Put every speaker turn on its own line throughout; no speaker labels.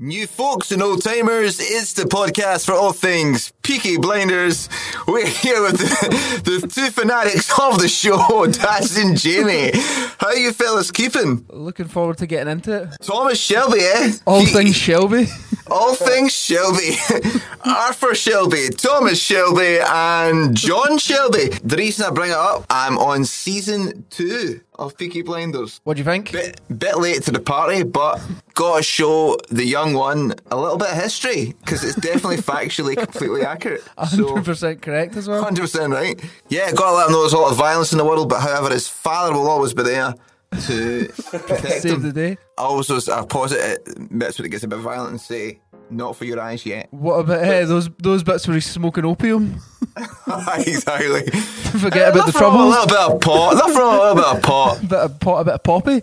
New folks and old timers, it's the podcast for all things Peaky Blinders. We're here with the, the two fanatics of the show, Daz and Jamie. How you fellas keeping?
Looking forward to getting into it.
Thomas Shelby, eh?
All
He-
things Shelby.
All things Shelby, Arthur Shelby, Thomas Shelby, and John Shelby. The reason I bring it up, I'm on season two of Peaky Blinders.
What do you think?
Bit, bit late to the party, but gotta show the young one a little bit of history because it's definitely factually completely accurate. So,
100% correct as well.
100% right. Yeah, gotta let them know there's a lot of violence in the world, but however, his father will always be there to protect
Save the
him.
day.
I always was, I pause it, that's when it gets a bit violent and say, not for your eyes yet.
What about eh, those those bits where he's smoking opium?
exactly.
Forget about the
They're from A
troubles.
little bit of pot. They're from a little bit of pot.
Bit of pot, a bit of poppy.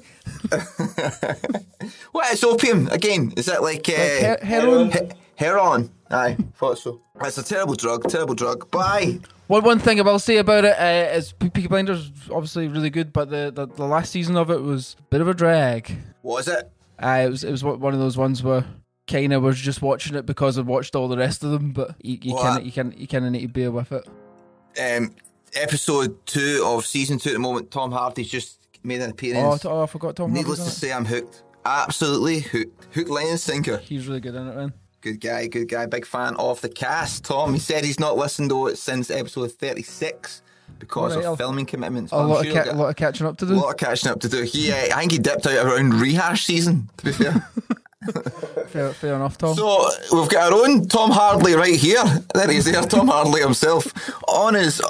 What is opium again? Is that like, uh,
he- heroin?
he- heroin. Aye, thought so. It's a terrible drug. Terrible drug. Bye.
One one thing I will say about it uh, is Pe- Peaky Blinders obviously really good, but the, the the last season of it was a bit of a drag.
Was it?
Uh, it was it was one one of those ones where kind of was just watching it because I watched all the rest of them, but you, you
Well, I-
kind of you kind you kind of need to bear with it.
Um, episode two of season two at the moment. Tom Hardy's just made an
Oh, I
appearance.
t- oh, I forgot Tom. Hardy's
Needless
in
to
it.
say, I'm hooked. Absolutely hooked. Hook, line, and sinker.
he's really good in it, man.
Good guy, good guy. Big fan of the cast. Tom, he said he's not listened to it since episode 36 because of
Alright, I'll-
filming commitments.
A
but I'm
lot,
sure
of
he'll
ca-
get-
lot of catching up to
A
do.
lot of catching up to do. He, uh, I think he dipped out around rehash season, to be fair.
Fair, fair enough, Tom.
so we've got our own Tom Hardley right here. There he is there, Tom Hardley himself. On his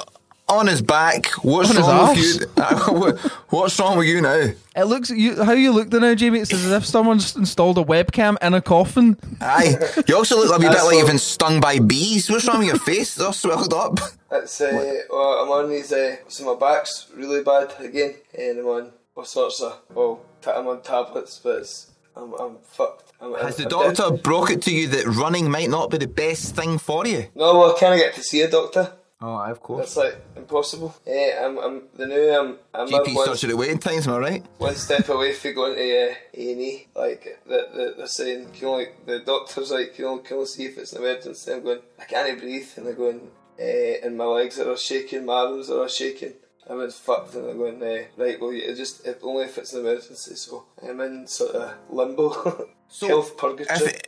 on his back. What's
On his
wrong
arse.
with you? Uh, What's wrong with you now?
It looks you how you look there now, Jamie. It's as if someone's installed a webcam in a coffin.
Aye. You also look a wee bit
That's
like you've
what-
been stung by bees. What's wrong with your face? It's all swelled up.
It's uh, well, I'm on these. Uh, so my back's really bad again, and I'm on all sorts of. Well, t- I'm on tablets, but it's, I'm I'm fucked. I'm,
Has the
I'm-
doctor broke it to you that running might not be the best thing for you?
No, well, I can't get to see a doctor.
Oh, aye, of
That's
course.
like impossible. Yeah, I'm I'm the new. I'm I'm
GP
one,
surgery waiting times, am I right?
one step away from going to uh, A and E. Like the, the, they're saying, you can only the doctor's like, you only can only see if it's an emergency. I'm going, I can't breathe, and they're going, eh, and my legs are all shaking, my arms are all shaking. I'm in fucked, and they're going, eh, right, well, you just if, only if it's an emergency. So I'm in sort of limbo, health purgatory.
if,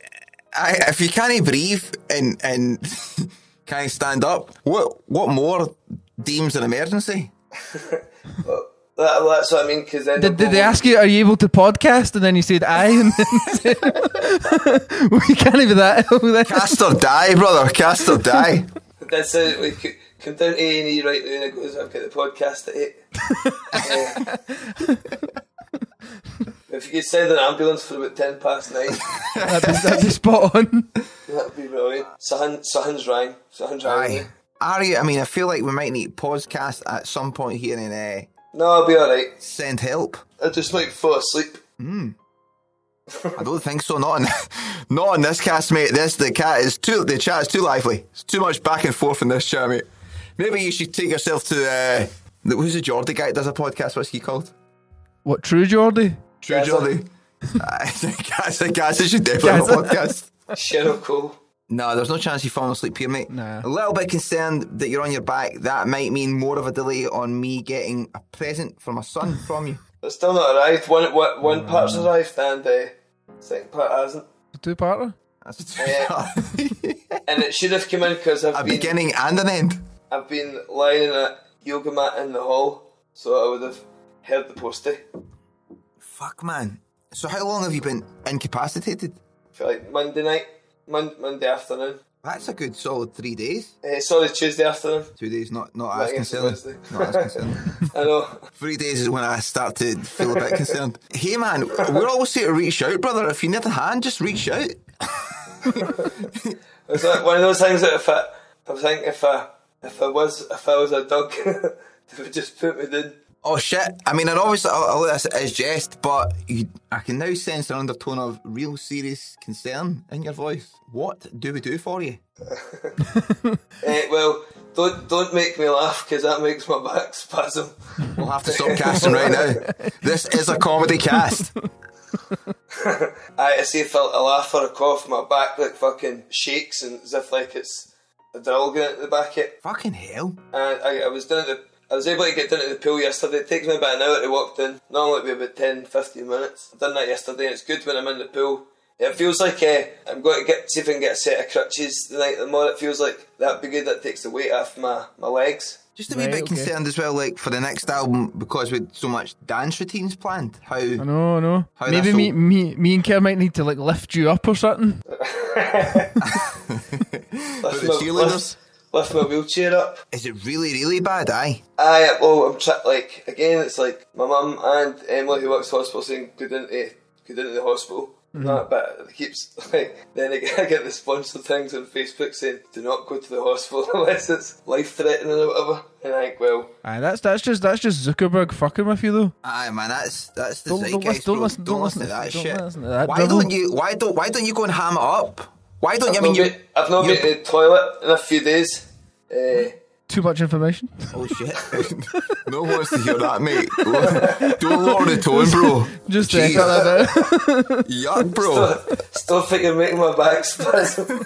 I, if you can't breathe and and can't stand up, what what more deems an emergency?
That, that's what I mean. Because then
Did,
they're
did they
going-
ask you, "Are you able to podcast?" And then you said, "I." And then we can't even that. ill
Cast or die, brother. Cast or die.
That's it. We could come down to A and E right now, and it goes. I've got the podcast at eight. Uh, if you could send an ambulance for about ten past nine,
then. That'd, be, that'd be spot on.
that'd be brilliant. Sohan, Sohan's rang. Sohan's
Aye.
rang.
Ari, I mean, I feel like we might need podcast at some point here and uh,
No, I'll be all right.
send help.
I just might fall asleep.
I don't think so. Not on, not on this cast, mate. This the cat is too. The chat is too lively. It's too much back and forth in this chat, mate. Maybe you should take yourself to uh, the, who's the Geordie guy that does a podcast? What's he called?
What true Geordie?
True
Gazza.
Geordie. I think Gazza, Gazza should definitely have a podcast.
Cheryl Cole.
No, there's no chance you fall asleep here, mate.
Nah.
A little bit concerned that you're on your back. That might mean more of a delay on me getting a present for my son from you.
It's still not arrived. One, one, one part's
Mm.
arrived and the second part hasn't.
Two parter?
That's
Yeah.
a,
And it should have come in because I've
a
been
beginning and an end.
I've been lying in a yoga mat in the hall, so I would have heard the postie
Fuck, man. So how long have you been incapacitated?
for like Monday night, Mon- Monday afternoon.
That's a good solid three days.
Eh, sorry, Tuesday afternoon.
Two days, not not
Right,
as
it's
concerned.
Wednesday.
Not as concerned.
I know.
Three days is when I start to feel a bit concerned. Hey, man, we're always here to reach out, brother. If you need a hand, just reach out.
It's like one of those things that if I, I think if I, if I was, if I was a dog, they would just put me down.
Oh shit! I mean, and obviously all, all this is jest, but you, I can now sense an undertone of real serious concern in your voice. What do we do for you?
Eh, well, don't don't make me laugh because that makes my back spasm.
We'll have to stop casting right now. This is a comedy cast.
I, I see if I, I laugh or a cough, my back like fucking shakes and as if like it's a drill going into the back of it.
Fucking hell!
And I, I was down at the, I was able to get down to the pool yesterday. It takes me about an hour to walk down. Normally it'd be about 10, 15 minutes. I've done that yesterday and it's good when I'm in the pool. It feels like uh, I'm going to get, see if I can get a set of crutches the night of the morning. It feels like that'd be good. That takes the weight off my, my legs.
Just a wee
Right,
bit
okay.
concerned as well, like for the next album because we had so much dance routines planned. How
I know, I know.
How
Maybe
that's
me,
all-
me, me and Kerr might need to like lift you up or something.
for the
my-
cheerleaders?
Lift my wheelchair up.
Is it really, really bad? Aye.
I well, I'm tra- like again. It's like my mum and Emily, who works at the hospital, saying go down to go down to the hospital.
Mm-hmm.
Nah, but it keeps like then I get, I get the sponsored things on Facebook saying do not go to the hospital unless it's life threatening or whatever. And I think well,
Aye, that's that's just that's just Zuckerberg fucking with you though.
Aye, man, that's that's the
Don't- don't
zeitgeist.
listen- don't
bro.
listen-
don't
don't
listen to
listen-
that
don't
shit.
listen to that
why
drivel.
don't you? Why don't? Why don't you go and ham it up? Why don't you? I mean,
I've not
you.
been- I've not
you-
been to the toilet in a few days. Uh,
Too much information.
Oh shit! no one wants to hear that, mate. Don't lower the tone, bro.
Just
Jeez.
check that out.
yuck, bro.
still think you're making my back spasm.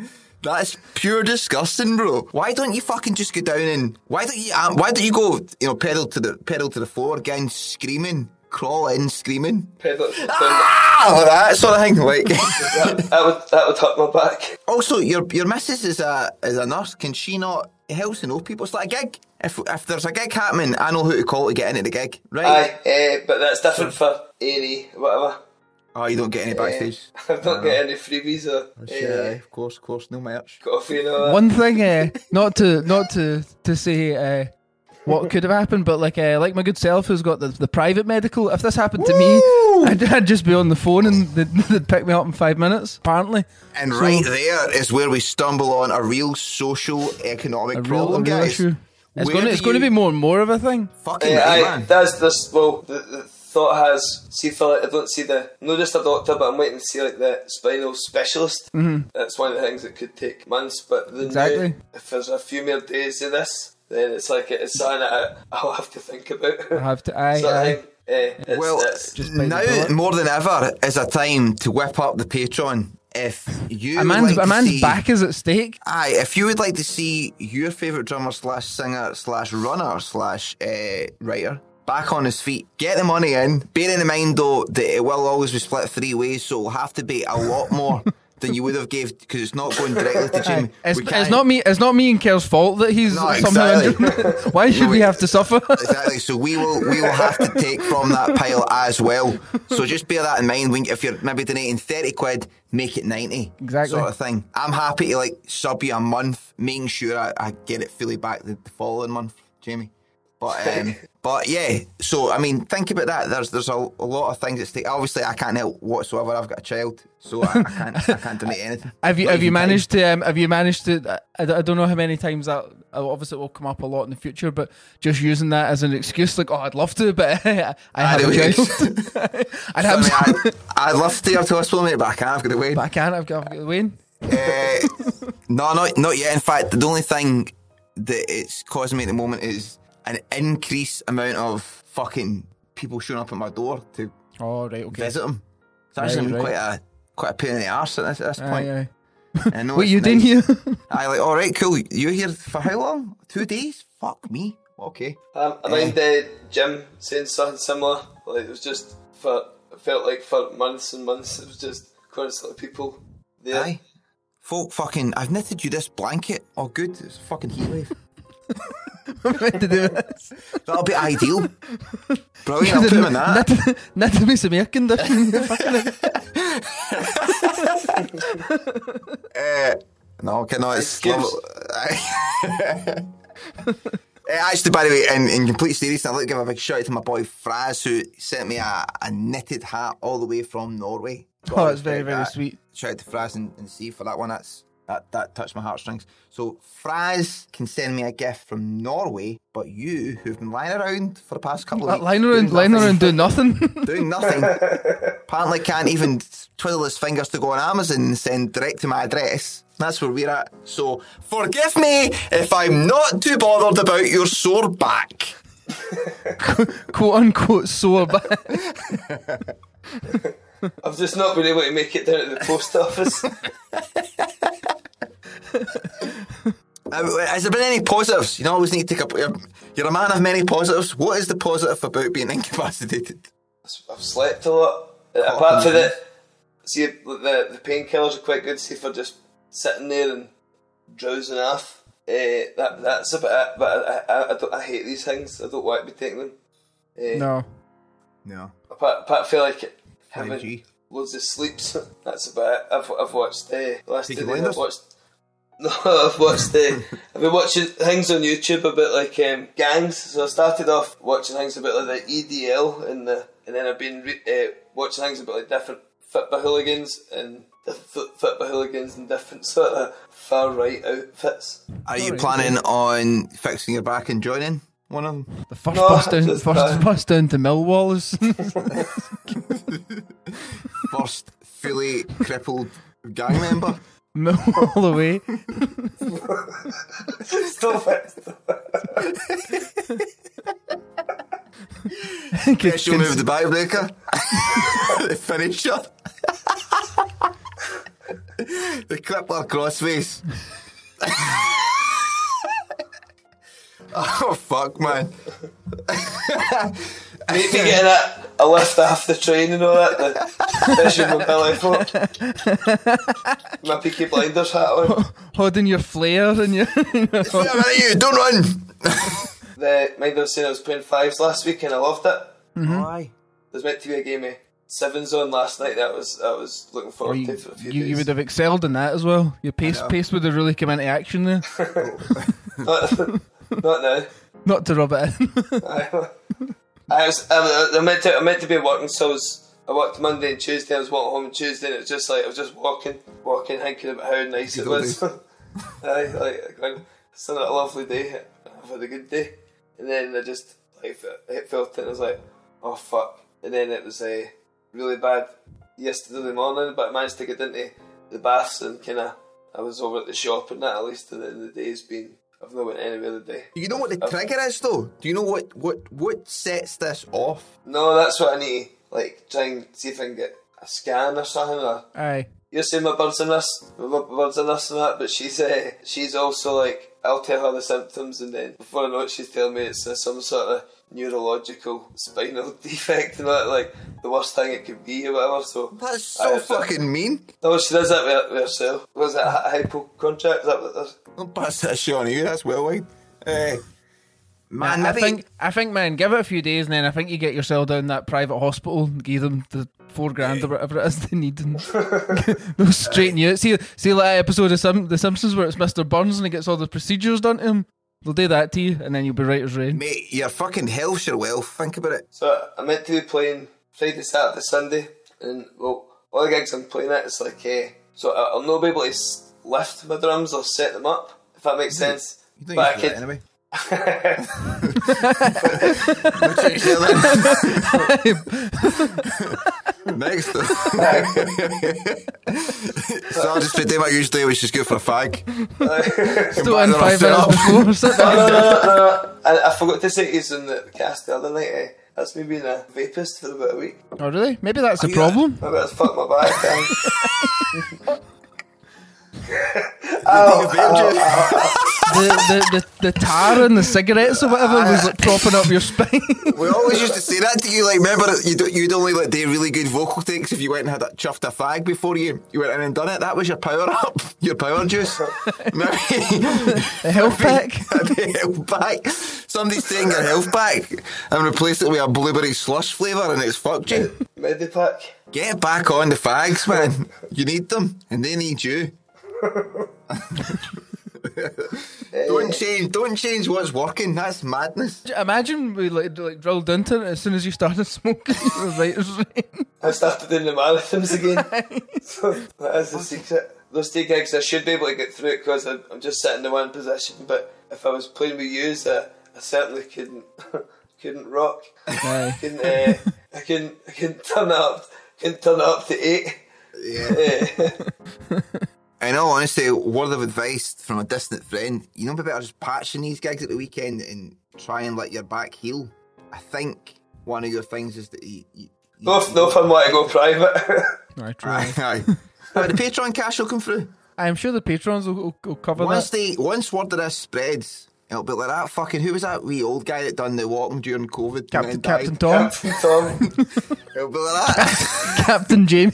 That's pure disgusting, bro. Why don't you fucking just go down and why don't you? Um, why don't you go? You know, pedal to the pedal to the floor again, screaming, crawl in, screaming.
Pedal down.
Ah, that sort of thing. Like,
that, that would that would hurt my back.
also, your your missus is a is a nurse. Can she not help and old people? It's like a gig. If if there's a gig happening, I know who to call to get into the gig, right?
Aye, eh, but that's different for any whatever.
Oh, you don't get any backstage.
I've
Uh-huh.
not got any freebies or
Yeah,
eh,
of course, of course, no merch.
coffee and all that.
One thing, uh, not to not to to say uh, what could have happened, but like uh, like my good self who's got the, the private medical. If this happened to me, I'd, I'd just be on the phone and they'd, they'd pick me up in five minutes. Apparently,
And
So-
right there is where we stumble on a real social economic
a real,
problem,
a real
guys.
issue. It's
Where
going
do
to it's going to
you-
be more and more of a thing.
Fucking
Eh,
right,
aye,
man.
that's this. Well, the, the thought has see for like, I don't see the not just a doctor, but I'm waiting to see like the spinal specialist. Mm-hmm. That's one of the things that could take months. But the new-
Exactly.
if there's a few more days of this, then it's like it's something that I, I'll have to think about.
I have to. Aye,
so I
aye.
think, eh, it's,
well,
it's-
Just bite the
now
bullet.
more than ever is a time to whip up the Patreon. If you
A
would
man's
like
a
to
man's
see-
back is at stake.
Aye, if you would like to see your favourite drummer slash singer slash runner slash uh, writer back on his feet, get the money in. Bearing in mind though that it will always be split three ways, so it'll have to be a lot more than you would have gave because it's not going directly to Jimmy.
It's,
We
it's
can't-
not me. It's not me and Kerr's fault that he's
No,
somehow.
exactly.
injured. Why should
No,
we
it-
have to suffer?
Exactly. So we will we will have to take from that pile as well. So just bear that in mind. When if you're maybe donating thirty quid, make it ninety.
Exactly.
Sort of thing. I'm happy to like sub you a month, making sure I, I get it fully back the, the following month, Jamie. But um, but yeah, so I mean, think about that. There's there's a, a lot of things at stake. Obviously, I can't help whatsoever. I've got a child, so I, I can't I can't donate anything.
Have you
Not
have you
even time.
managed to um, have you managed to? I, I don't know how many times that uh, obviously it will come up a lot in the future, but just using that as an excuse, like oh, I'd love to, but I, have
do
a
it.
child. I'd have,
I
some-
mean, I, I'd love to take her to hospital, mate, but I can't. I've got to wait.
but I can't. I've got, I've got Wayne.
Eh, no, not not yet. In fact, the only thing that it's causing me at the moment is an increased amount of fucking people showing up at my door to
Oh right, okay.
visit them. It's actually
Right,
been quite a quite a pain in the arse at this, at this
Aye,
point.
aye.
I know
What
it's
you doing
nice.
here?
I like, all right, cool. You're here for how long? Two days? Fuck me. Okay.
Um, I mind uh, Jim saying something similar. Like it was just for it felt like for months and months it was just constantly people there.
Aye. Folk, fucking, I've knitted you this blanket. Oh, good. It's a fucking heat wave.
Meant to do this.
That'll be ideal. Brilliant. I'll put him in that.
Nothing- nothing makes me a condition.
Uh, no, okay, no, it's
Excuse-
lovely. Aye. Eh, Actually, by the way, in, in complete seriousness, I'd like to give a big shout out to my boy Fraz, who sent me a, a knitted hat all the way from Norway. Gotta
Oh, that's very,
respect
very
that.
sweet.
Shout out to Fraz and, and Steve for that one. That's that, that touched my heartstrings. So Fraz can send me a gift from Norway, but you, who've been lying around for the past couple of
Like,
weeks,
Uh, lying
doing
around, lying
nothing-
around, doing nothing.
doing nothing. Apparently, can't even twiddle his fingers to go on Amazon and send direct to my address. That's where we're at. So, forgive me if I'm not too bothered about your sore back.
"Quote unquote" sore back.
I've just not been able to make it down to the post office.
Uh, Has there been any positives? You know, always need to take up. You're, you're a man of many positives. What is the positive about being incapacitated?
I've slept a lot. Uh, Apart from that, see the the painkillers are quite good. See for just sitting there and drowsing off. Uh, that that's about it. But I, I, I, don't, I hate these things. I don't want to be taking them. Uh,
No,
No.
Apart, apart feel like it- having
5G.
loads of sleeps. That's about it. I've I've watched uh, last
Peaky
two days
Blinders?
I've watched. No, I've watched. Uh, I've been watching things on YouTube about like um, gangs. So I started off watching things about like the EDL and the, and then I've been re- uh, watching things about like different football hooligans and different football hooligans and different sort of far right outfits.
Are you planning on fixing your back and joining one of them?
the first
No,
bus down,
just
first
that.
bus down to Millwall is
First fully crippled gang member?
Millwall away.
Stop it!
Yes, you'll move the backbreaker. the finisher. the crippler crossface. oh, fuck, man.
Make me get that a lift off the train and all that. The fishing mobility fork. My Peaky Blinders hat on.
holding your flare and your
Wait a minute, you. Don't run.
The mind I was saying I was playing fives last week and I loved it.
Mm-hmm.
Why?
There's meant to be a game of sevens on last night that I was I was looking forward
you,
to for a few
you,
days.
you would have excelled in that as well. Your pace pace would have really come into action there.
not, not now.
Not to rub it in.
I, I was I, was- I meant to I meant to be working so I was I worked Monday and Tuesday, I was walking home on Tuesday and it was just like I was just walking, walking, thinking about how nice it was. Aye, like going, it's been a lovely day. I've had a good day. And then I just like fe- it felt it I was like, oh fuck. And then it was uh, really bad yesterday morning, but I managed to get into the baths and kinda I was over at the shop and that at least and then the day's been I've not went anywhere today.
Do you know what the trigger is, though? Do you know what, what, what sets this off?
No, that's what I need. to, Like, try and see if I can get a scan or something. Or
Aye.
you're saying my bird's a nurse, my bu- bird's a nurse and that, but she's uh, she's also like, I'll tell her the symptoms, and then before I know it, she's telling me it's uh, some sort of neurological spinal defect and that, like the worst thing it could be or whatever. So
That's
I-
so fucking mean.
No, she does that with, with herself. Was it a hypochondriac? Is that what that's-
Don't pass that shit on to you. That's well wide. Eh, man,
I
maybe-
think I think man, give it a few days and then I think you get yourself down that private hospital and give them the four grand or whatever it is they need and they'll straighten you out. See see like that episode of Sim- the Simpsons where it's Mr. Burns and he gets all the procedures done to him. They'll do that to you, and then you'll be right as rain.
Mate, your fucking health's your wealth. Think about it.
So I meant to be playing Friday, Saturday, Sunday, and well, all the gigs I'm playing at, it's like, eh, so I- I'll not be able to s- lift my drums or set them up, if that makes sense.
You don't
But I
use that
could-
anyway. We'll change that then. Next. so I'll just put them out usually, which is good for a fag.
Still in
Back
five
on
minutes
our
before. Sit
No,
down.
no, no, no, I, I forgot to say it on the cast the other night. Eh? That's me being a vapist for about a week.
Oh, really? Maybe that's the
Yeah.
problem.
I better fuck my back. eh?
The, the, the, the tar and the cigarettes or whatever was like propping up your spine.
We always used to say that to you. Like, remember, you'd, you'd only like do really good vocal takes if you went and had that chuffed a fag before you you went in and done it. That was your power up, your power juice. Remember?
the health pack.
The health pack. Somebody's taking your health pack and replaced it with a blueberry slush flavour, and it's fucked you.
Medipack.
Get back on the fags, man. You need them, and they need you. don't change. Don't change what's working. That's madness.
Imagine we like, like drilled into it as soon as you started smoking. you were right as rain.
I started doing the marathons again. so that is the secret. Those two gigs, I should be able to get through it because I'm just sitting in one position. But if I was playing with yous, I, I certainly couldn't couldn't rock.
Aye.
couldn't, uh, I couldn't I couldn't turn it up. Couldn't turn it up to eight. Yeah.
In all honesty, word of advice from a distant friend: you know, be better just patching these gigs at the weekend and try and let your back heal. I think one of your things is that you. you
no, if- no, if I'm wanting to go private.
Aye, true.
Aye, aye. But the Patreon cash will come through.
I'm sure the patrons will, will, will cover
Once
that.
they once word of this spreads, it'll be like that fucking who was that wee old guy that done the walking during COVID? and
Captain
then
Captain
died?
Tom,
Tom,
It'll be like that.
Captain Jamie.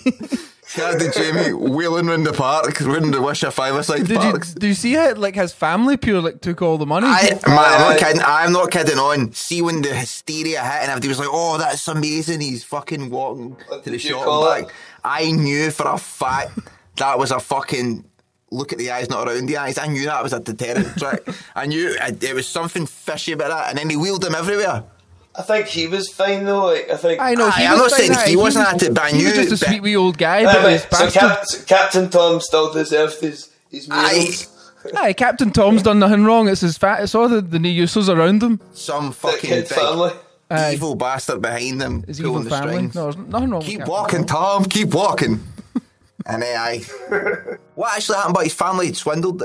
Captain Jamie wheeling round the park, round the Wisher Five Side
Did you
Parks.
do you see it? Like his family pure like took all the money.
I, man, I'm not kidding. I'm not kidding. On see when the hysteria hit and everybody was like, "Oh, that's amazing." He's fucking walking
What
to the
did you
shop
call
and
it?
back. I knew for a fact that was a fucking look at the eyes, not around the eyes. I knew that was a deterrent trick. I knew I, there was something fishy about that, and then he wheeled him everywhere.
I think he was fine though. Like I think.
I know.
Aye,
He
I'm not
was
saying
fine,
he
aye,
wasn't
was-
at it, but I
he was
knew
just a
that-
sweet wee old guy.
Aye,
but
Ah, but-
his
so
bastard.
Cap- Captain Tom still deserved his his
I,
meals.
Aye, Captain Tom's done nothing wrong. It's his fat. It's all the, the new useless around him.
some
That
fucking
kid family.
big, evil bastard behind him
His evil
pulling the
family.
strings.
No, there's nothing wrong. with
Keep
Captain
walking,
Tom.
Tom. Keep walking. and then I. What actually happened about his family? He swindled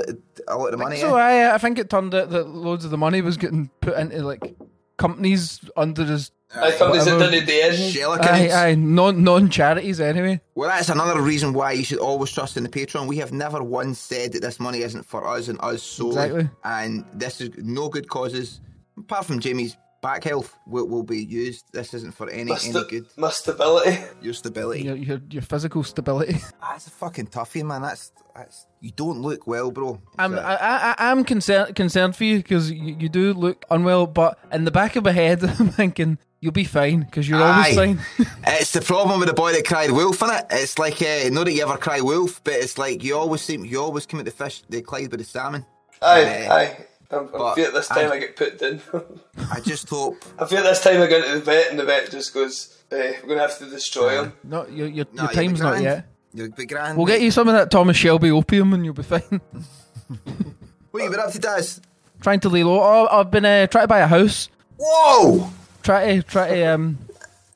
a lot of money.
So
eh?
I, I think it turned out that loads of the money was getting put into like companies under his.
I thought he's at
Whatever.
the end.
Shell
eh? Aye,
accounts.
aye, non non charities anyway.
Well, that's another reason why you should always trust in the Patreon. We have never once said that this money isn't for us and us solely.
Exactly.
And this is no good causes, apart from Jamie's back health, will, will be used. This isn't for any,
My,
any
st-
good.
my stability.
Your stability.
Your, your your physical stability.
That's a fucking toughie, man. That's that's. You don't look well, bro.
I'm
So-
I, I, I- I'm concerned concerned for you because you, you do look unwell, but in the back of my head, I'm thinking you'll be fine because you're always
Aye. Eh.
fine.
it's the problem with the boy that cried wolf, innit? It's like uh, not that you ever cry wolf, but it's like you always seem you always come at the fish they Clyde with the salmon.
Aye,
Eh,
aye. I'm,
but
I fear this time
I-
I, get put down.
I just hope
I fear this time I go into the vet and the vet just goes, eh, we're going to have to destroy him.
Not your your,
Nah,
your
you'll be
time's not
grand.
yet.
You'll be grand.
We'll get
mate.
you some of that Thomas Shelby opium and you'll be fine.
What you been up to, Daz?
Trying to lay low. Oh, I've been uh, trying to buy a house.
Whoa!
Try to try to um,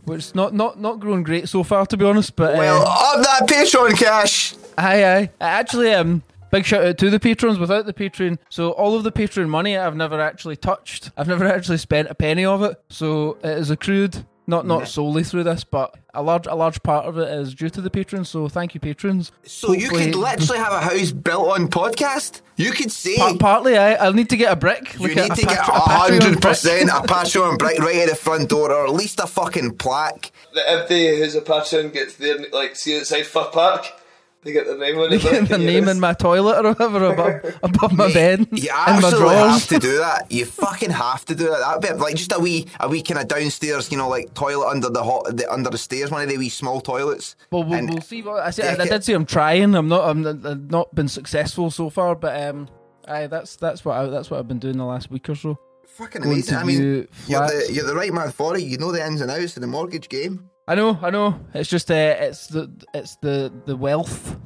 which not not not grown great so far to be honest. But uh,
Well, up that Patreon cash.
Aye, aye. Uh, Actually, um, big shout out to the patrons. Without the Patreon, so all of the Patreon money I've never actually touched. I've never actually spent a penny of it. So it is accrued, not not solely through this, but a large a large part of it is due to the patrons. So thank you, patrons.
So you could
Hopefully-
literally have a house built on podcast. You could say.
Pa- partly, I I'll need to get a brick.
you
Like
need
a,
to get
a Patreon
hundred
brick.
percent a Patreon brick right at the front door, or at least a fucking plaque.
That if they, who's a patron, gets their, like, see outside Fir Park, they get their name on
They
it.
get their name in my toilet or whatever above, above my bed
You
in my
absolutely have
drawers.
to do that. You fucking have to do that. That'd be like just a wee, a wee kind of downstairs, you know, like toilet under the hot, the, under the stairs, one of the wee small toilets.
Well, we'll,
And
we'll see. What, I, see
Yeah,
I, I
ca-
did say I'm trying. I'm not. I'm, I've not been successful so far, but um, Aye, that's that's what I, that's what I've been doing the last week or so.
Fucking
Going
amazing.
to
I mean,
view
you're the,
flats.
you're the right man for it. You know the ins and outs of the mortgage game.
I know, I know. It's just uh, it's the it's the the wealth.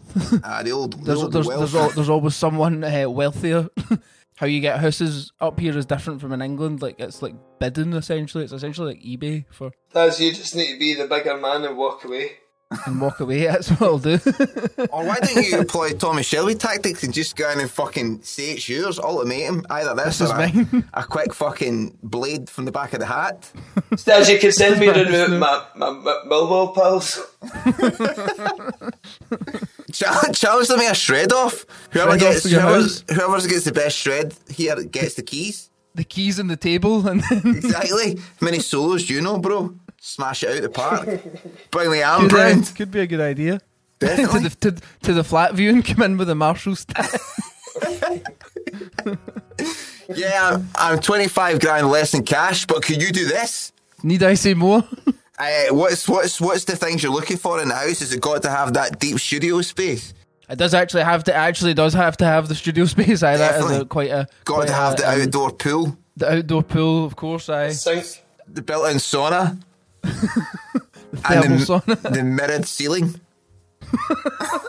Ah, the old, the
there's
old
there's
wealth.
there's, al there's always someone uh, wealthier. How you get houses up here is different from in England. Like it's like bidding essentially. It's essentially like eBay for
That's you just need to be the bigger man and walk away.
and walk away. That's what I'll do.
or why don't you employ Tommy Shelby tactics and just go in and fucking say it's yours, ultimatum, either this,
This
or
is
a,
mine.
a quick fucking blade from the back of the hat.
Still, you can send me round with my, my, my Millwall pals.
Chal- Challenge them with a shred off. Whoever
Shred off
gets
to your
whoever's,
house.
whoever's gets the best shred here gets the keys.
the keys in the table and then
Exactly. How many solos do you know, bro? Smash it out the park. Bring the arm
could, uh,
round.
could be a good idea. to
Definitely.
the to, to the flat view and come in with a Marshall stand.
Yeah, I'm, I'm 25 grand less in cash, but can you do this?
Need I say more?
Uh, what's what's what's the things you're looking for in the house? Is it got to have that deep studio space?
It does actually have to. Actually, does have to have the studio space. Aye, that is
Definitely.
a, quite a
Got
quite
to have
a,
the
um,
outdoor pool,
the outdoor pool, of course. Aye,
Sink.
the built-in sauna,
thermal
and the,
sauna.
the mirrored ceiling.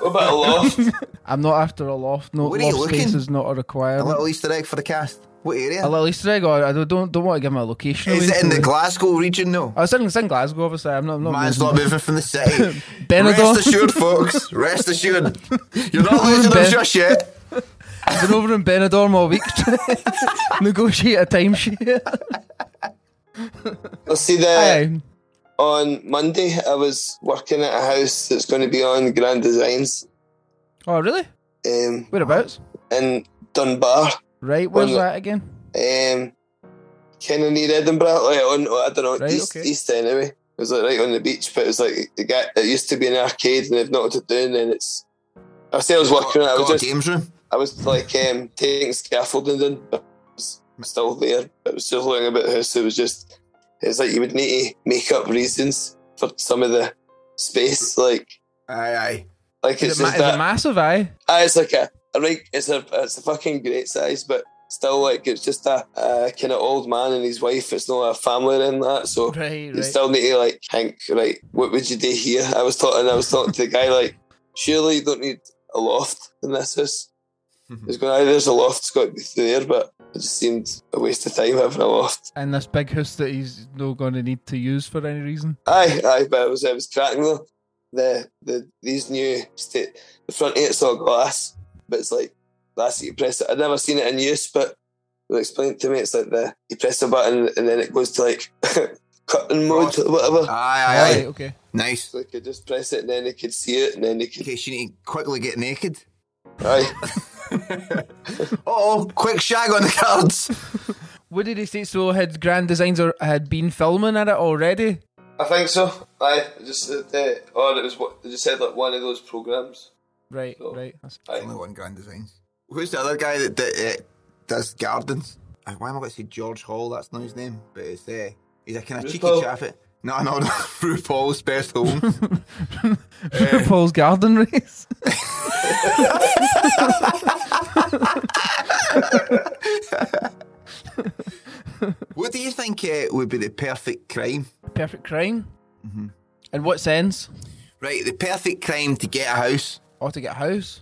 What about a loft?
I'm not after a loft. No
What are you
loft space
looking?
is not a
A
requirement.
little Easter egg for the cast. What area?
A little Easter egg. Or I don't don't, don't want to give my location.
Is
away
it in
to
the Glasgow region? No.
I was in, it's in Glasgow, obviously. I'm not. I'm not
Man's
moving.
not moving from the city.
Benidorm.
Rest assured, folks. Rest assured. You're not losing them
Ben-
just yet.
I've been over in Benidorm all week. trying to negotiate a timesheet.
I'll see that
Aye.
on Monday. I was working at a house that's going to be on Grand Designs
Oh really?
um,
Whereabouts?
in Dunbar,
Right. Where's
Well,
that again?
um, kind of near Edinburgh. Like on, I don't know,
Right,
east,
okay.
east anyway. It was like right on the beach, but it was like the guy, it used to be an arcade, and they've knocked it down. And it's, I say I was working. on it, I was
Got a
just
games room.
I was like um, taking scaffolding in, but it was still there. It was just learning about the house. It was just, it's like you would need to make up reasons for some of the space. Like,
Aye, aye.
like
Is
it's
it, ma-
just
is it
that.
massive? Aye.
Ah, it's like a, a right. It's a, it's a fucking great size, but still, like it's just a, a kind of old man and his wife. It's not a family in that,
Oh,
so.
Right.
You
Right.
still need to like think, right? What would you do here? I was talking, I was talking to the guy like, surely you don't need a loft in this house. He's going, "Aye, there's a loft, it's got to be through there, but it just seemed a waste of time having a loft.
and this big house that he's no going to need to use for any reason.
Aye, aye, but it was it was cracking though. The the these new state the front eight's all glass, but it's like that's it, you press it. I'd never seen it in use, but it was explained to me it's like the you press a button and then it goes to like cutting mode or whatever.
Aye, aye, aye.
okay.
Nice.
So I could just press it and then they could see it and then they
In
could.
case you need to quickly get naked.
Aye.
Oh, quick shag on the cards.
What did he say? So had Grand Designs or had been filming at it already?
I think so. Aye. Just uh, uh, or it was what they just said like one of those programs.
Right,
So-
right. That's-
Aye.
Only one grand designs. Who's the other guy that, that uh, does gardens? Uh, Why am I going to say George Hall? That's not his name, but it's uh, he's a kind of cheeky
RuPaul.
chaffet. No, no, no. RuPaul's best homes.
RuPaul's garden race.
what do you think uh, would be the perfect crime?
Perfect crime.
Mm-hmm.
In what sense?
Right, the perfect crime to get a house.
Or to get a house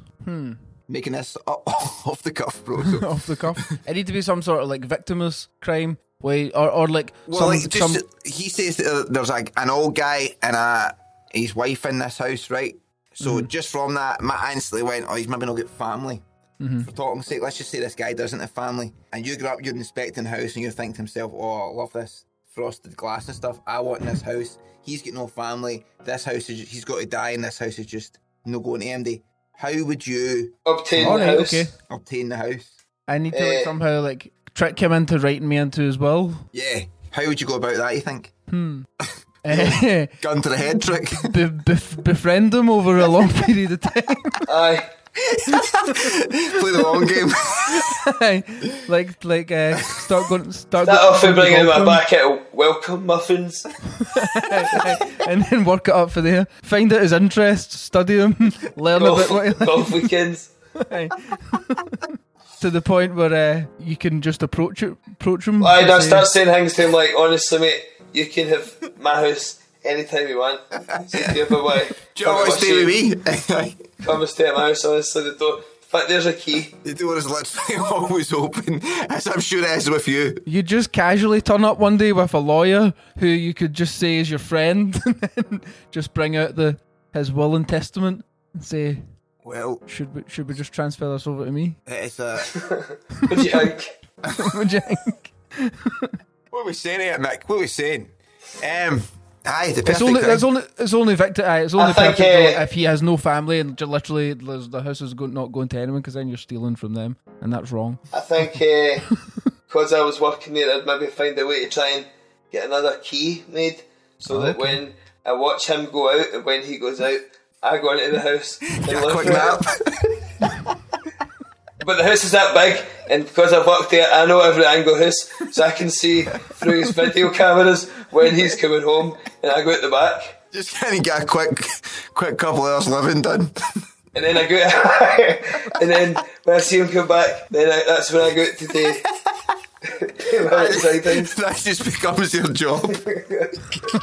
Making this up, off the cuff, bro. So.
off the cuff. it need to be some sort of like victimless crime way, or or like
Well,
some
like, just,
some.
he says that uh, there's like an old guy and a, his wife in this house, right? So
Mm-hmm.
just from that, Matt instantly went, "Oh, he's maybe not got family."
Mm-hmm.
For talking sake, let's just say this guy doesn't have family, and you grow up, you're inspecting the house, and you're thinking to himself, "Oh, I love this frosted glass and stuff. I want in this house. He's got no family. This house is he's got to die, and this house is just no going to empty." How would you
Obtain
All
the
right,
house.
okay.
obtain the house?
I need to like
Eh.
somehow like trick him into writing me into as well.
Yeah, how would you go about that? You think
Eh,
gun to the head trick?
be- bef- befriend him over a long period of time.
Aye.
Play the long game.
like like uh, start going start
That off
going
for bringing in my
welcome,
back at welcome muffins.
and then work it up for there. Find out his
Oh.
interests, study him, learn
golf,
about what he
golf weekends.
likes. to the point where uh, you can just approach it, approach them.
Like, I start saying things to him like, honestly, mate, you can have my house anytime you want. See if you ever want.
Do you want to stay with me?
Come and stay at my house. Honestly, the door. But there's a key.
the door is literally always open, as I'm sure it is with you.
You just casually turn up one day with a lawyer who you could just say is your friend, and then just bring out the his will and testament and say,
Well, uh,
"Should we should we just transfer this over to me?"
it's a.
What do you think?
Would you think?
What are we saying here, Mick? What are we saying? Um, aye, the
It's
perfect eh,
only,
thing.
it's only it's only Victor. aye, It's only
think,
perfect though
uh,
if he has no family and ju- literally there's- the house is go- not going to anyone because then you're stealing from them and that's wrong.
I think because I was working there, I'd maybe find a way to try and get another key made so that when I watch him go out and when he goes out, I go into the house. And
Get a
look
quick
for it.
nap.
But the house is that big, and because I've worked there, I know every angle of his, so I can see through his video cameras when he's coming home, and I go out the back.
Just kind of get a quick, quick couple hours living done.
And then I go, and then when I see him come back, then I, that's when I go out today. my exciting.
that just becomes your job.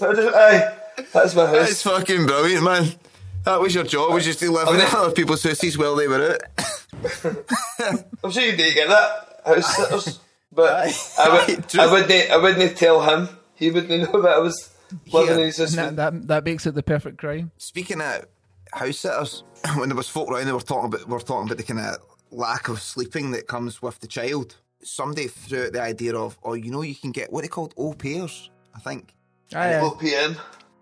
Aye, that's my
That's
house.
fucking brilliant, man. That was your job, was just to live in other people's houses while they were out.
I'm sure you didn't get that house sitters, but
Aye.
I,
Aye,
would,
true.
I wouldn't, I wouldn't tell him. He wouldn't know that I was living
Yeah,
in his
And that,
husband.
that that makes it the perfect crime.
Speaking of house sitters, when there was folk around, they were talking about, we were talking about the kind of lack of sleeping that comes with the child. Somebody threw out the idea of, oh, you know, you can get what they called au pairs, I think.
Aye, aye.
OPM,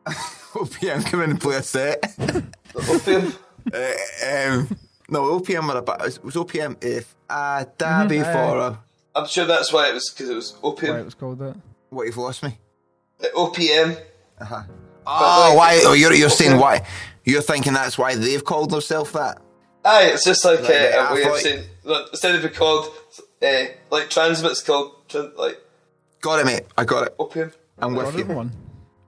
OPM come in and play a set.
OPM.
um, no, OPM were about, it was OPM if a dabby
Mhm, aye,
for
aye.
a,
I'm sure that's why it was because it was
Why it
opium.
was called that?
what, you've lost me?
Uh, OPM.
Oh,
like-
why? Oh, you're, you're saying why? You're thinking that's why they've called themselves that?
Aye, it's just like,
Like the
uh, a way of
athlete.
saying like, instead of being called uh, like transmit's called tran- like
Got it, mate. I got it.
opium.
I'm with
Another
you.
one.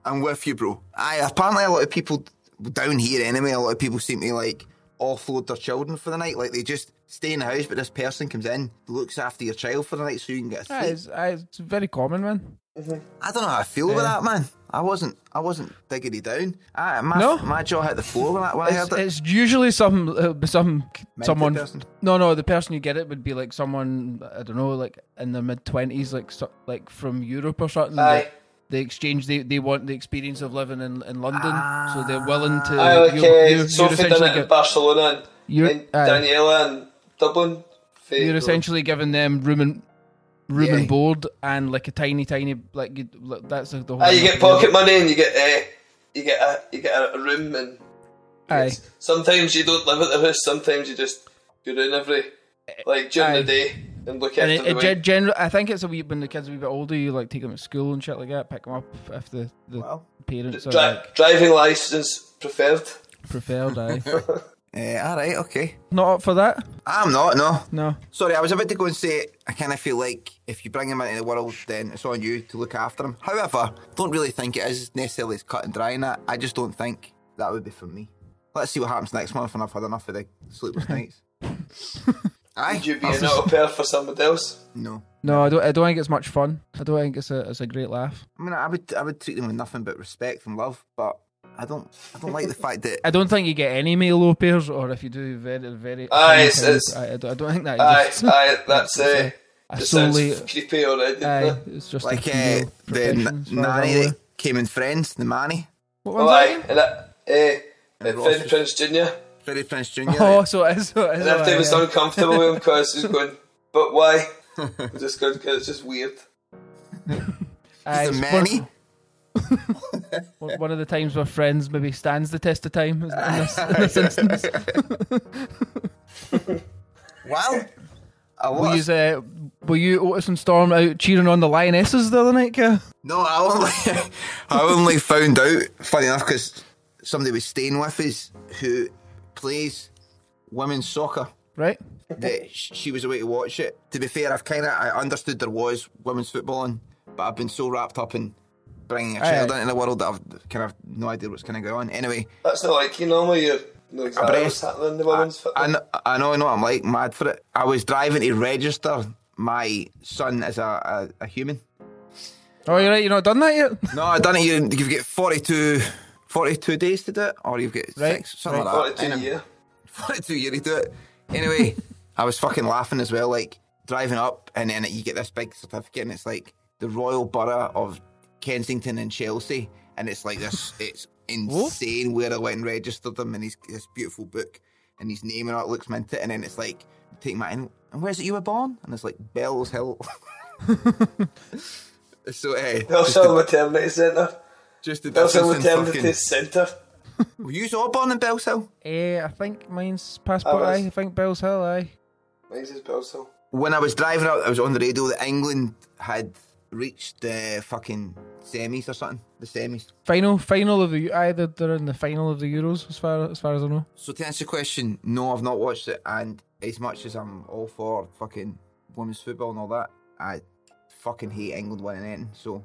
I'm with you, bro. Aye, apparently a lot of people down here, anyway, a lot of people seem to like offload their children for the night. Like they just stay in the house, but this person comes in, looks after your child for the night, so you can get a
Aye,
sleep.
it's, aye, it's very common, man.
I don't know how I feel about that, man. I wasn't, I wasn't diggity down. I, my,
No?
my jaw hit the floor when I, when I
It's,
heard it.
it's usually some uh, some someone.
person?
No, no, the person you get it would be like someone I don't know, like in their mid twenties, like so, like from Europe or something.
Aye.
They, they exchange. They, they want the experience of living in, in London, so they're willing to.
Aye, like
you-
uh,
you- you're
Sophie done
essentially
it in
get-
Barcelona and,
You're-
and
aye.
Daniela and Dublin. for-
You're essentially giving them room and room
Yeah.
and board and like a tiny, tiny like you, like, that's like the whole.
Aye, Ah, you get pocket money and you get uh, you get a you get a, a room and
Aye,
it's- sometimes you don't live at the house. Sometimes you just go down every like during
Eh, Aye.
the day and look
and
after
it,
the
it
way.
gen- generally, I think it's a wee when the kids are a wee bit older, you like take them to school and shit like that, pick them up if the the
Well,
parents are
Dri-
like
driving license preferred.
preferred. Aye,
Eh, all right, okay.
not up for that.
I'm not. No,
No,
Sorry, I was about to go and say I kind of feel like if you bring him into the world, then it's on you to look after him. However, don't really think it is necessarily as cut and dry in that. I just don't think that would be for me. Let's see what happens next month when I've had enough of the sleepless nights. Aye,
Would you be
I'll
an
just-
au pair for somebody else?
no.
no, I don't. I don't think it's much fun. I don't think it's a it's a great laugh.
I mean, I would I would treat them with nothing but respect and love, but I don't I don't like the fact that
I don't think you get any male au pairs, or if you do, very very.
Aye,
tiny
it's-
times.
it's-
I, I don't, I don't think that
Aye,
exists.
aye,
It's
that's uh,
a- a
That
solely.
sounds creepy already.
Aye,
doesn't it? eh,
it's just
like
a
uh,
female
the n-
profession, as far as I'm
nanny
aware.
that came in Friends, the nanny,
What
Oh,
one's that
aye,
again?
and that, eh, and
Ross
Freddie
is-
Prince Jr.
Freddie Prince Jr.
Oh, so it is. So it is
And after he
aye,
was
aye.
uncomfortable with him, because he's going, but why? I'm just going because it's just weird.
Aye,
the
it's
nanny.
One, one of the times where friends maybe stands the test of time isn't it, in this, in this instance.
Wow. I
Were
was
you, uh, were you Otis and Storm out cheering on the Lionesses the other night, Kev?
No, I only I only found out. Funny enough, because somebody was staying with us who plays women's soccer.
Right?
That sh- she was away to watch it. To be fair, I've kind of I understood there was women's football on, but I've been so wrapped up in bringing a child
Aye.
into the world that I've kind of no idea what's kind of going on. Anyway,
That's not like you normally you're know
I
exactly
breast-
what's happening in the women's
I, I
fitness.
know, I know, I know, I'm like mad for it. I was driving to register my son as a, a, a human.
Oh, you're right. You're not done that yet.
No, I done it. You, you've got 42, 42 days to do it, or you've got
Right,
six, something
right.
like that.
42
Anyway,
year.
42 year to do it. Anyway, I was fucking laughing as well, like driving up, and then you get this big certificate, and it's like the Royal Borough of Kensington and Chelsea, and it's like this, it's insane where I went and registered them, and he's this beautiful book, and his name and all it looks mint it, and then it's like, take my, and where's it you were born? And it's like Bells Hill. so, eh, just
Nelson Maternity Centre.
just the
Nelson
difference in
Maternity
fucking.
Centre.
Were you all born in Bells Hill?
Eh, I think mine's passport.
I
I,
was-
I think Bell's Hill. I.
Mine's is Belsill.
When I was driving out, I was on the radio that England had reached the fucking semis or something. The semis.
Final, final of the. Either they're in the final of the Euros, as far as far as I know.
So to answer your question, no, I've not watched it. And as much as I'm all for fucking women's football and all that, I fucking hate England winning anything. So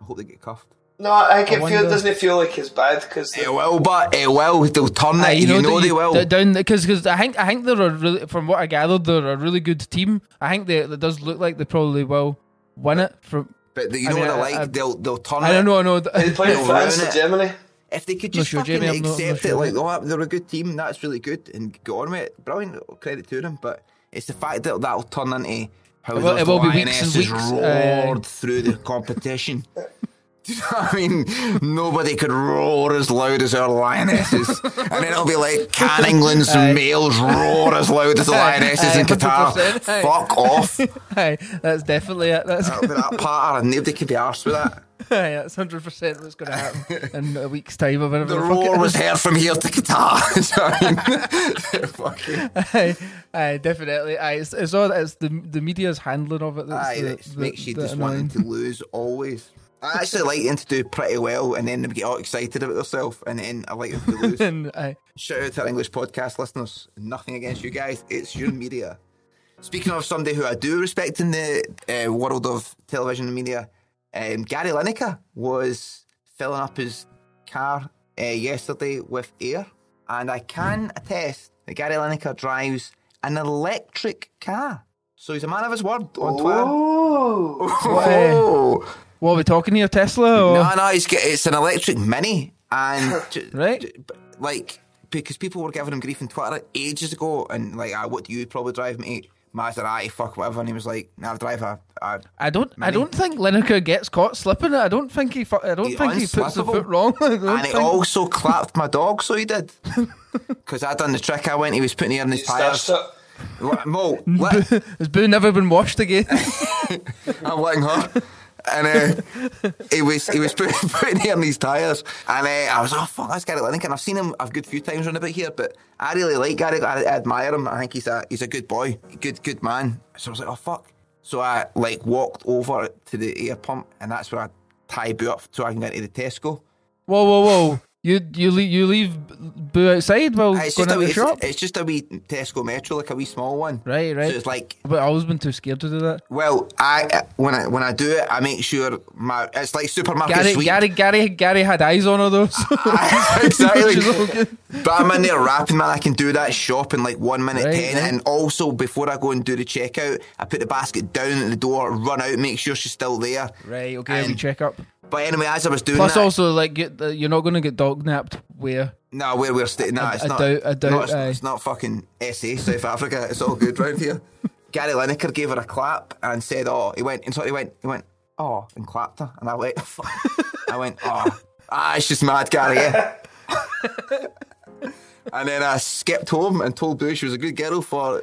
I hope they get cuffed.
No, I think
I
it feel,
wonder-
doesn't it feel like it's bad because
It will, Eh, but it will. They'll turn it.
Aye,
Ah, you, know, they
you-
will.
d- Down because because I think I think they're a really, from what I gathered they're a really good team. I think they it does look like they probably will win it. From
but you
I
know
mean,
what
I-
I like?
I-
they'll they'll turn
I
it.
don't know, I know.
they
th-
play
They'll
France
ruin
or
it.
Germany.
If they could
Not
just
sure,
fucking
Jamie, I'm not- I'm
accept
not
it,
sure.
like, oh, they're a good team, that's really good, and go on with it. Brilliant, credit to them. But it's the fact that that'll turn into how
It will-
those
it will be weeks and
lionesses
weeks, uh,
roared through the competition. Do you know what I mean? Nobody could roar as loud as our lionesses. and then it'll be like, can England's males roar as loud as the
Aye,
lionesses
aye,
in Qatar?
100%, aye.
Fuck off.
aye, that's definitely it. That's
That'll be that patter, and nobody can be arsed with that.
aye, that's hundred percent what's going to happen in a week's time or whatever.
The
fuck it
roar was
is.
heard from here to Qatar. Do you know what I mean? Fucking-
aye, aye, definitely. Aye, it's, it's all it's the the media's handling of it. That's
Aye,
the,
that
the-
makes you
the
just want
annoying.
them to lose always. I actually like them to do pretty well, and then they get all excited about themselves, and then I like them to lose.
And aye,
Shout out to our English podcast listeners. Nothing against you guys. It's your media. Speaking of somebody who I do respect in the uh, world of television and media, um, Gary Lineker was filling up his car uh, yesterday with air, and I can attest that Gary Lineker drives an electric car. So he's a man of his word on Twitter.
Ooh.
Oh.
what are we talking here, Tesla? Or?
No, no, it's, it's an electric mini, and ju-
Right.
ju- b- like because people were giving him grief on Twitter ages ago, and like, ah, what do you probably drive, mate? Maserati, fuck whatever, and he was like, nah, I drive a. a
I don't. I
Many.
don't think Lineker gets caught slipping. it. I don't think he. Fu- I don't
He's
think he puts the
unslippable.
foot wrong. I don't
and he
think-
also clapped my dog, so he did. Because I done the trick. I went. He was putting air in his
You stashed
tires.
it.
Let- Mo, let,
Has Boo never been washed again?
I'm letting her. And uh, he was he was putting, putting air in his tyres, and uh, I was oh fuck, that's Gary Lineker. And I've seen him a good few times around about here, but I really like Gary. I, I admire him. I think he's a he's a good boy, good good man. So I was like oh fuck. So I like walked over to the air pump, and that's where I tie Boo up so I can get into the Tesco.
whoa, whoa, whoa! You you leave you leave Boo outside while
Uh, It's
going
just, a
in
wee,
the shop.
it's, it's just a wee Tesco Metro, like a wee small one.
Right, right.
So it's like
but I've always been too scared to do that.
well, I when I when I do it, I make sure my it's like supermarket
Gary,
sweep.
Gary, Gary, Gary had eyes on her though. So
exactly.
She's all good.
But I'm in there rapping, man. I can do that shop in like one minute
Right,
ten.
right.
And also, before I go and do the checkout, I put the basket down at the door, run out, make sure she's still there.
right, okay, we
And-
check up.
But anyway, as I was doing
Plus,
that,
also like you, uh, you're not going to get dog napped. Where?
no, where we're staying, nah,
I-
it's
I
not.
doubt- I doubt,
no, it's,
aye.
it's not fucking SA South Africa. It's all good round here. Gary Lineker gave her a clap and said, "Oh," he went and so he went, he went, "Oh," and clapped her, and I went, I went, "Oh, ah, it's just mad, Gary." Yeah. And then I skipped home and told Boo she was a good girl for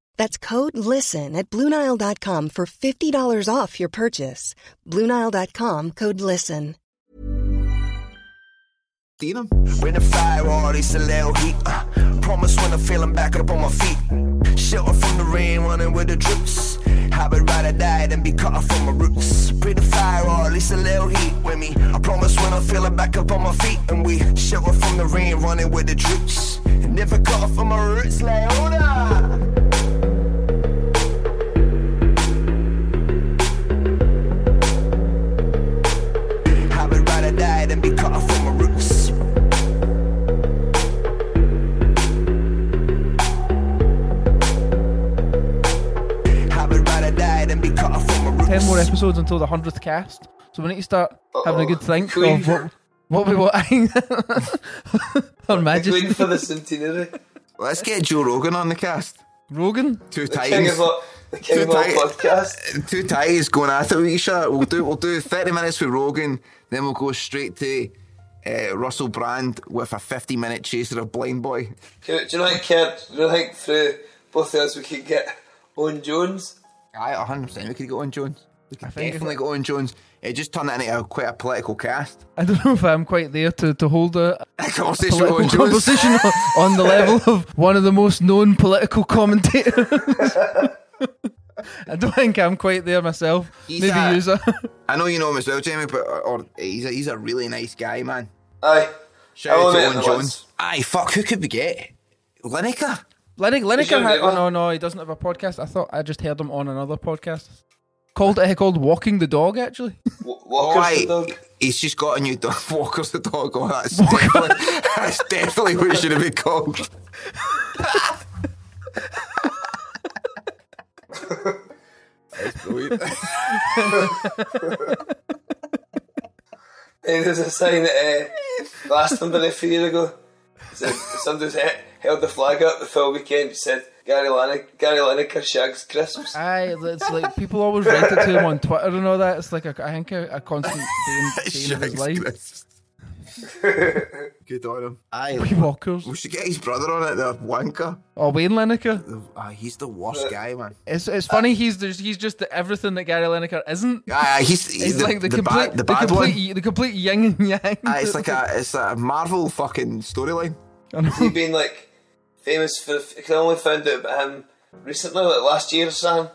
That's code LISTEN at Bluenile.com for $50 off your purchase. Bluenile.com code LISTEN.
Seen him?
Bring the fire, all these a little heat. Uh, promise when I feel I'm back up on my feet. Shelter from the rain, running with the troops. I would rather die than be cut off from my roots. Bring the fire, or at least a little heat with me. I promise when I feel I'm back up on my feet. And we shelter from the rain, running with the troops. And never cut off from my roots, like, hold up. I would rather die than be cut off from my roots. I would rather die than be cut off from my roots.
Ten more episodes until the hundredth cast, so we need to start having a good think
Oh, Queen.
of what, what we want. Her Majesty
Going for the centenary.
Let's get Joe Rogan on the cast.
Rogan.
Two
The King
titans.
of All, the King of All
Titan-
podcast.
Two titans going at it with each other. We'll do we'll do thirty minutes with Rogan, then we'll go straight to uh, Russell Brand with a fifty minute chaser of Blind Boy.
Do you know what, Kurt? Do you think through both of us we could get Owen Jones?
Aye, hundred percent. We could go on Jones. We could
think-
definitely go on Jones. It just turned it into a- quite a political cast.
I don't know if I'm quite there to, to hold a
A conversation with Owen
political
Jones.
conversation on, on the level of one of the most known political commentators. I don't think I'm quite there myself.
He's
Maybe
a-
user.
I know you know him as well, Jamie, but or, or- he's a, he's a really nice guy, man.
Aye.
Shout
I
out
will
to
make
Owen
the
Jones. Aye, fuck, who could we get? Lineker?
Lenny
Is your
Lineker had,
neighbour-
oh no no he doesn't have a podcast. I thought I just heard him on another podcast called uh, called Walking the Dog actually.
W-
Oh,
Walker's the
aye,
dog.
He's just got a new dog. Walker's the dog. Oh, that's definitely, that's definitely what it should have been called. That's brilliant.
Hey, there's a sign that uh, Glastonbury a few years ago. Said, somebody's he- held the flag up the full weekend. Said Gary Lineker, Gary Lineker shags crisps.
Aye, it's like people always rant it to him on Twitter and all that. It's like a, I think a, a constant theme, theme of his
Shucks,
life.
Chris. Good on him. Aye.
Wee Walkers.
We should get his brother on it, the wanker.
Oh, Wayne Lineker.
The- ah, he's the worst guy, man.
It's it's
Uh,
funny. He's there's, he's just the, everything that Gary Lineker isn't.
Aye, aye, he's, he's,
He's
the,
like the,
the
complete
bad, the bad
complete
one.
y- the complete yin and yang.
Aye, it's like a it's a Marvel fucking storyline.
I know.
He been like famous for. Cause I only found out about him recently, like last year, Sam.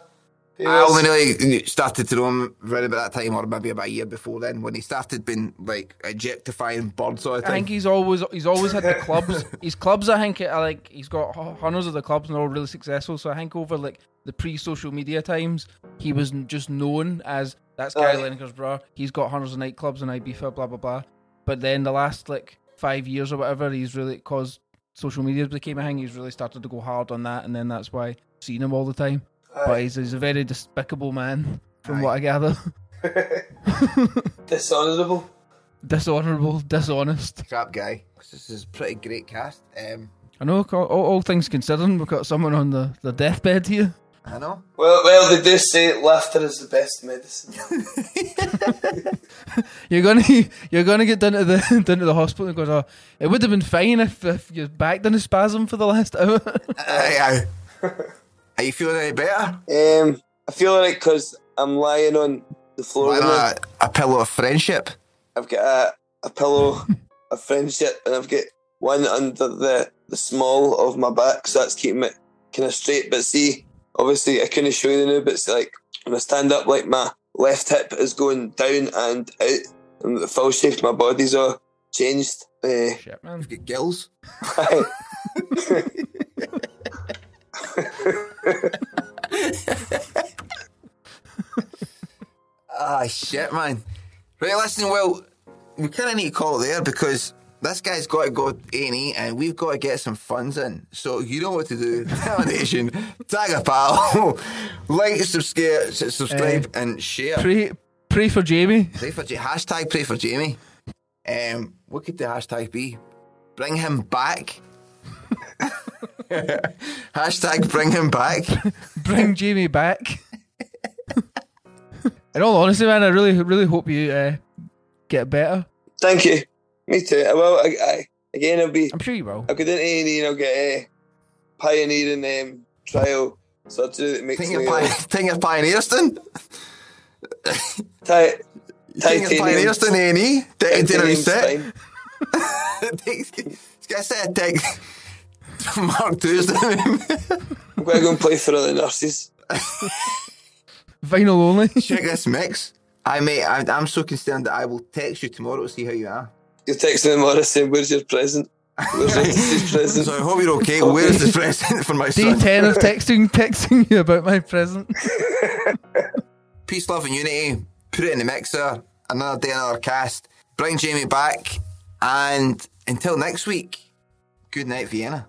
He
I
was-
only really started to know him right about that time, or maybe about a year before then, when he started being like objectifying birds. So I
I think
think.
he's always he's always had the clubs. His clubs, I think, are like he's got hu- hundreds of the clubs and they're all really successful. So I think over like the pre-social media times, he was n- just known as that's Gary
Aye.
Lineker's bro. He's got hundreds of nightclubs in Ibiza, blah blah blah. But then the last like five years or whatever, he's really caused social media became a thing. He's really started to go hard on that, and then that's why I've seen him all the time. But he's, he's a very despicable man, from what I gather.
dishonourable.
Dishonorable, dishonest.
Crap guy. This is a pretty great cast. Um,
I know, all, all things considering, we've got someone on the, the deathbed here.
I know.
Well, well, they do say laughter is the best medicine.
You're gonna you're gonna get down to the down to the hospital and goes, oh, it would have been fine if, if your back didn't spasm for the last hour.
Aye, aye. Uh, Are you feeling any better?
Um, I feel alright because I'm lying on the floor.
Like
now.
a, a pillow of friendship.
I've got a, a pillow, a friendship, and I've got one under the, the small of my back, so that's keeping it kind of straight. But see, obviously, I couldn't show you the new, but it's like when I stand up, like my left hip is going down and out, and the foul shape of my body's all changed. Uh,
Shit, man.
Get gills. Ah, shit, man. Right, listen, well, we kind of need to call it there because this guy's got to go A&E and we've got to get some funds in. So you know what to do. Nation, tag a pal, like, subscribe, subscribe and share.
Pray, pray for Jamie.
Pray for Ja- hashtag pray for Jamie. Um, what could the hashtag be? Bring him back. hashtag bring him back.
Bring Jamie back. In all honesty, man, I really, really hope you uh, get better.
thank you. Me too. I will. I, I, again, I'll be.
I'm sure you will.
I'll get into A&E and I'll get a pioneering um, trial surgery that makes
Think
me
you're, pi-
like,
think you're pioneerston?
uh, ti-
Think you're
titanium-
pioneerston A&E? E. Titanium
titanium
set?
spine.
He's got a set of tech. Mark Tuesday.
I'm going to go and play for other nurses.
Vinyl only.
Check this mix. I mate, I, I'm so concerned that I will text you tomorrow to see how you are.
You're texting them all saying, where's your present? Where's your present?
So I hope you're okay. Where is the present for my
Day
son?
ten of texting, texting you about my present.
Peace, love, and unity. Put it in the mixer. Another day, another cast. Bring Jamie back. And until next week, good night, Vienna.